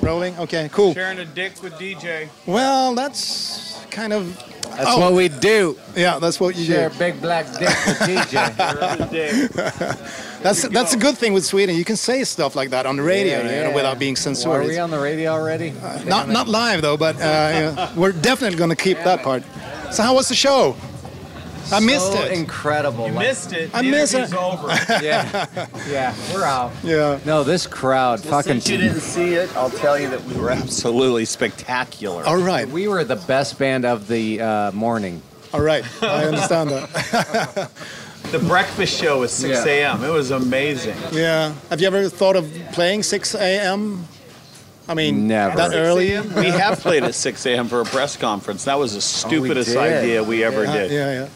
Rolling? Okay, cool. Sharing a dick with DJ. Well, that's kind of. That's Oh. what we do. Yeah, that's what you Share do. a big black dick with DJ. Sharing a dick. That's that's a good thing with Sweden. You can say stuff like that on the radio Yeah, you know, yeah. without being Well, censored. are we on the radio already? not not live though, but uh, yeah, we're definitely going to keep that part. So how was the show? I missed so it. Incredible. like- Missed it. I The miss interview's it. over. yeah, yeah, we're out. yeah. No, this crowd, fucking. Since you didn't see it, I'll tell you that we were absolutely spectacular. All right. We were the best band of the uh, morning. All right. I understand that. The breakfast show was 6 Yeah. a.m. It was amazing. Yeah. Have you ever thought of playing 6 a.m.? I mean, Never. that 6 early? a.m.? We have played at 6 a.m. for a press conference. That was the stupidest did. idea we ever Uh, did. yeah, yeah.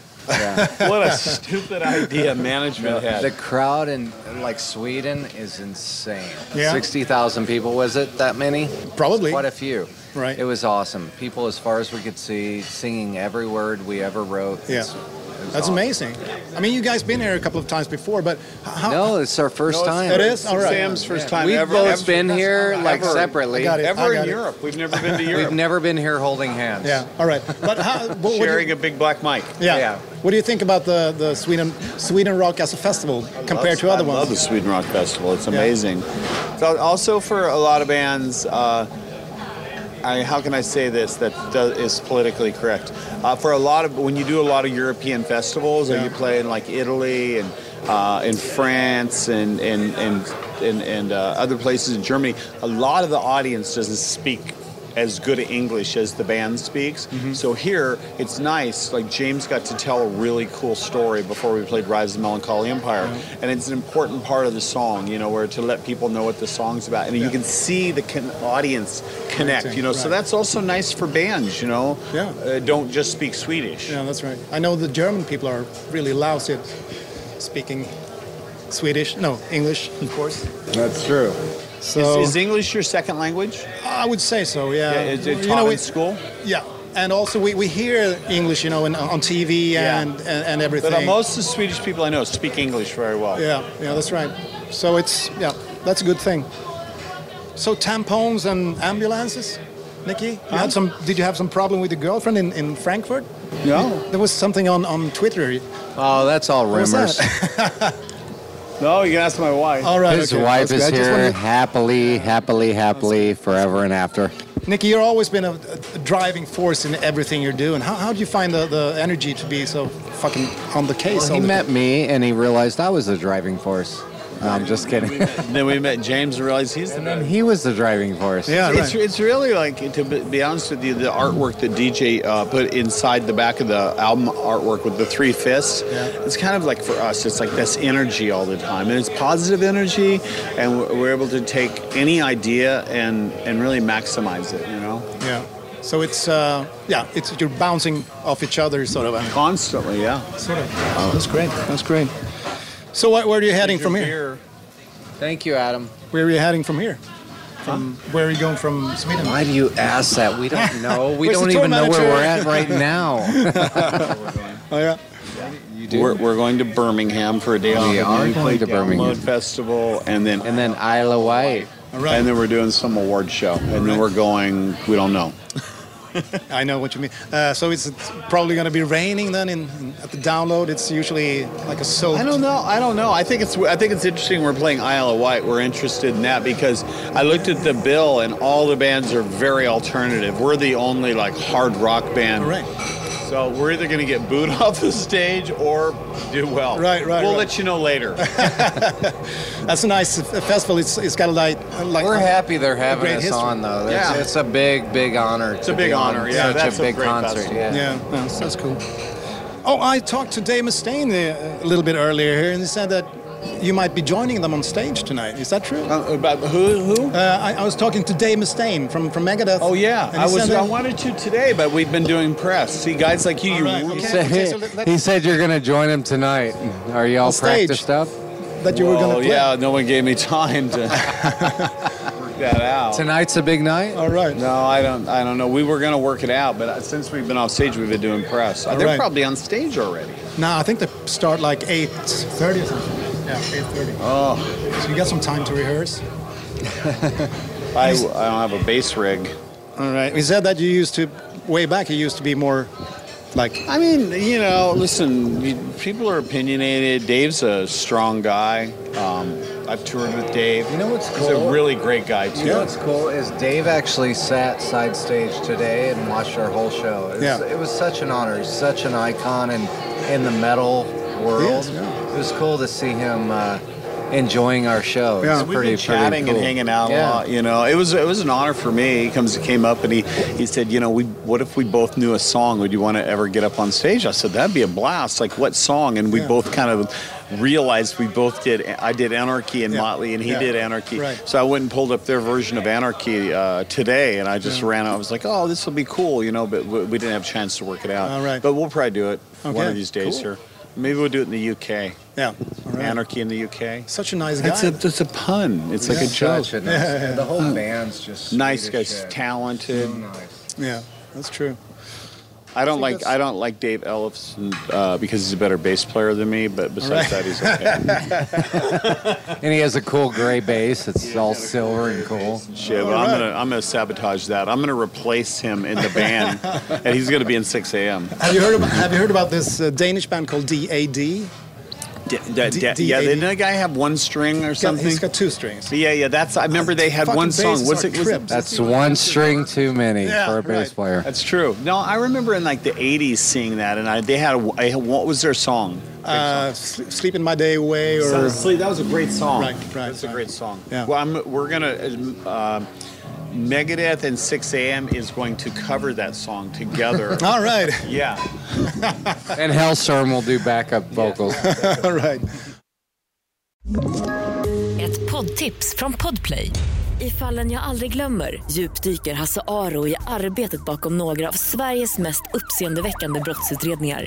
What a stupid idea management had. The crowd in like Sweden is insane. Yeah. Sixty thousand people was it? That many? Probably. Quite a few. Right. It was awesome. People as far as we could see, singing every word we ever wrote. Yeah. It's- it was That's awesome. amazing. I mean, you guys been here a couple of times before, but how? No, it's our first No, time. It is? All right. Sam's first time We've ever. both ever, been here like ever. separately. I got it. I ever got in it. Europe. We've never been to We've Europe. never been here holding hands. Yeah, all right. But how, what, what do Sharing you, a big black mic. yeah. yeah. What do you think about the, the Sweden Sweden Rock as a festival compared to I other love ones? the Sweden Rock Festival. It's amazing. So also for a lot of bands, uh, I, how can I say this that do- is politically correct? Uh, for a lot of when you do a lot of European festivals, or Yeah. you play in like Italy and uh, in France and and and and, and uh, other places in Germany, a lot of the audience doesn't speak. As good English as the band speaks, so here it's nice. Like James got to tell a really cool story before we played "Rise of the Melancholy Empire," and it's an important part of the song, you know, where to let people know what the song's about, and you can see the con- audience connect, you know. So Right. that's also nice for bands, you know. Yeah. Uh, don't just speak Swedish. Yeah, that's right. I know the German people are really lousy at speaking Swedish, no, English, of course. That's true. So Is English your second language? I would say so, yeah. Yeah, is it taught you know, in we, school? yeah. And also, we, we hear English, you know, in, on TV Yeah. and, and, and everything. But uh, most of the Swedish people I know speak English very well. Yeah, yeah, that's right. So it's yeah, that's a good thing. So tampons and ambulances, Nikki. You had some. Did you have some problem with your girlfriend in, in Frankfurt? No, There was something on on Twitter. Oh, that's all What was rumors. that? no, you can ask my wife. All right. His okay, wife that's good. is I just here wanted to- happily, happily, happily, forever and after. Nikki, you've always been a, a driving force in everything you're doing. How, how do you find the, the energy to be so fucking on the case? Well, he all the met me and he realized I was the driving force. No, I'm just kidding. then we met James and realized he's the And he was the driving force. Yeah, It's, right. it's really like to be be honest with you, the artwork that DJ uh, put inside the back of the album artwork with the three fists. It's kind of like for us, it's like this energy all the time, and it's positive energy, and we're, we're able to take any idea and and really maximize it. You know, Yeah. So it's uh, yeah, it's you're bouncing off each other sort of. uh, constantly, yeah. Sort of. Oh, that's great. That's great. So wh- where are you heading from here? Thank you, Adam. Where are you heading from here? From where are you going from Sweden? Why do you ask that? We don't know. We Where's the don't tour even know where manager? we're at right now. Oh yeah. We're, we're going to Birmingham for a Oh, day off. We and then are going we play to Birmingham. Download Festival, and then and then Isla White. All right. and then we're doing some award show, and then we're going. We don't know. I know what you mean. Uh, so it's probably going to be raining then in, in- at the download. It's usually like a soap. I don't know. I don't know. I think it's I think it's interesting. We're playing Isle of Wight. We're interested in that because I looked at the bill and all the bands are very alternative. We're the only like hard rock band. All right. So we're either going to get booed off the stage or do well. Right, right, We'll right. let you know later. That's a nice f- festival. It's it's got a light. Like, We're happy they're having great us history. on, though. That's, Yeah. It's a big, big honor. It's a big honor, yeah. Such That's a a big great concert. festival. Yeah. Yeah, that's, that's cool. Oh, I talked to Dave Mustaine uh, a little bit earlier here, and he said that you might be joining them on stage tonight. Is that true? Uh, About who? Who? I, I was talking to Dave Mustaine from, from Megadeth. Oh yeah, and he I was. said that- I wanted to today, but we've been doing press. See, guys like you, All you right, really- okay. Say- Okay, so let- let's- he said you're going to join him tonight. Are you all On stage. practiced up? that you were going Well, to play. "Oh, yeah, no one gave me time to work that out. Tonight's a big night? All right. No, I don't. I don't know. We were gonna work it out, but uh, since we've been off stage, we've been doing press. They're right. probably on stage already. No, I think they start like 8.30 or something. Yeah, 8.30. Oh. So you got some time to rehearse. I, I don't have a bass rig. All right. We said that you used to, way back, you used to be more like, I mean, you know, listen, you, people are opinionated. Dave's a strong guy. Um, I've toured with Dave. You know what's He's cool? a really great guy, too. You know what's cool is Dave actually sat side stage today and watched our whole show. It was, Yeah. it was such an honor. He's such an icon in in the metal world. He is, yeah. It was cool to see him uh, enjoying our show. Yeah. It's We've We've pretty been chatting pretty cool. and hanging out Yeah. a lot. You know, it was it was an honor for me. He comes, came up, and he he said, you know, we what if we both knew a song? Would you want to ever get up on stage? I said that'd be a blast. Like what song? And we Yeah. both kind of realized we both did. I did Anarchy and Yeah. Motley, and he Yeah. did Anarchy. Right. So I went and pulled up their version of Anarchy uh, today, and I just ran out. I was like, oh, this will be cool, you know. But we, we didn't have a chance to work it out. All right. But we'll probably do it one Okay, of these days cool. here. Maybe we'll do it in the UK. yeah. All right. Anarchy in the UK. Such a nice guy. That's a, that's a pun. It's like a joke. Such a nice, The whole band's just nice sweet as guys, shit. talented. So Mm. nice. yeah, that's true. I don't think like that's- I don't like Dave Ellison uh, because he's a better bass player than me. But besides All right. that, he's okay. And he has a cool gray bass. It's all silver and cool. Shit, but All I'm right. gonna I'm gonna sabotage that. I'm gonna replace him in the band, and he's gonna be in 6 a.m. Have you heard about, have you heard about this uh, Danish band called DAD? D- d- D- d- D- yeah, A- didn't that guy have one string or something? He's got two strings. yeah, yeah, that's I remember they had Fucking one song. basses What's are it? Was it cribs. That's one string too many Yeah, for a bass right. player. That's true. No, I remember in like the 80s seeing that, and I they had a, I, what was their song? Uh, Sl- Sleep in My Day Away or Honestly, that was a great song. Right, right, That's a right. great song. Yeah. Well, I'm, we're gonna uh, Megadeth and 6 a.m. is going to cover that song together. All right. yeah. And Hellstorm will do backup vocals. All right. Ett poddtips från Podplay. I fallen jag aldrig glömmer djupdyker Hasse Aro i arbetet bakom några av Sveriges mest uppseendeväckande brottsutredningar.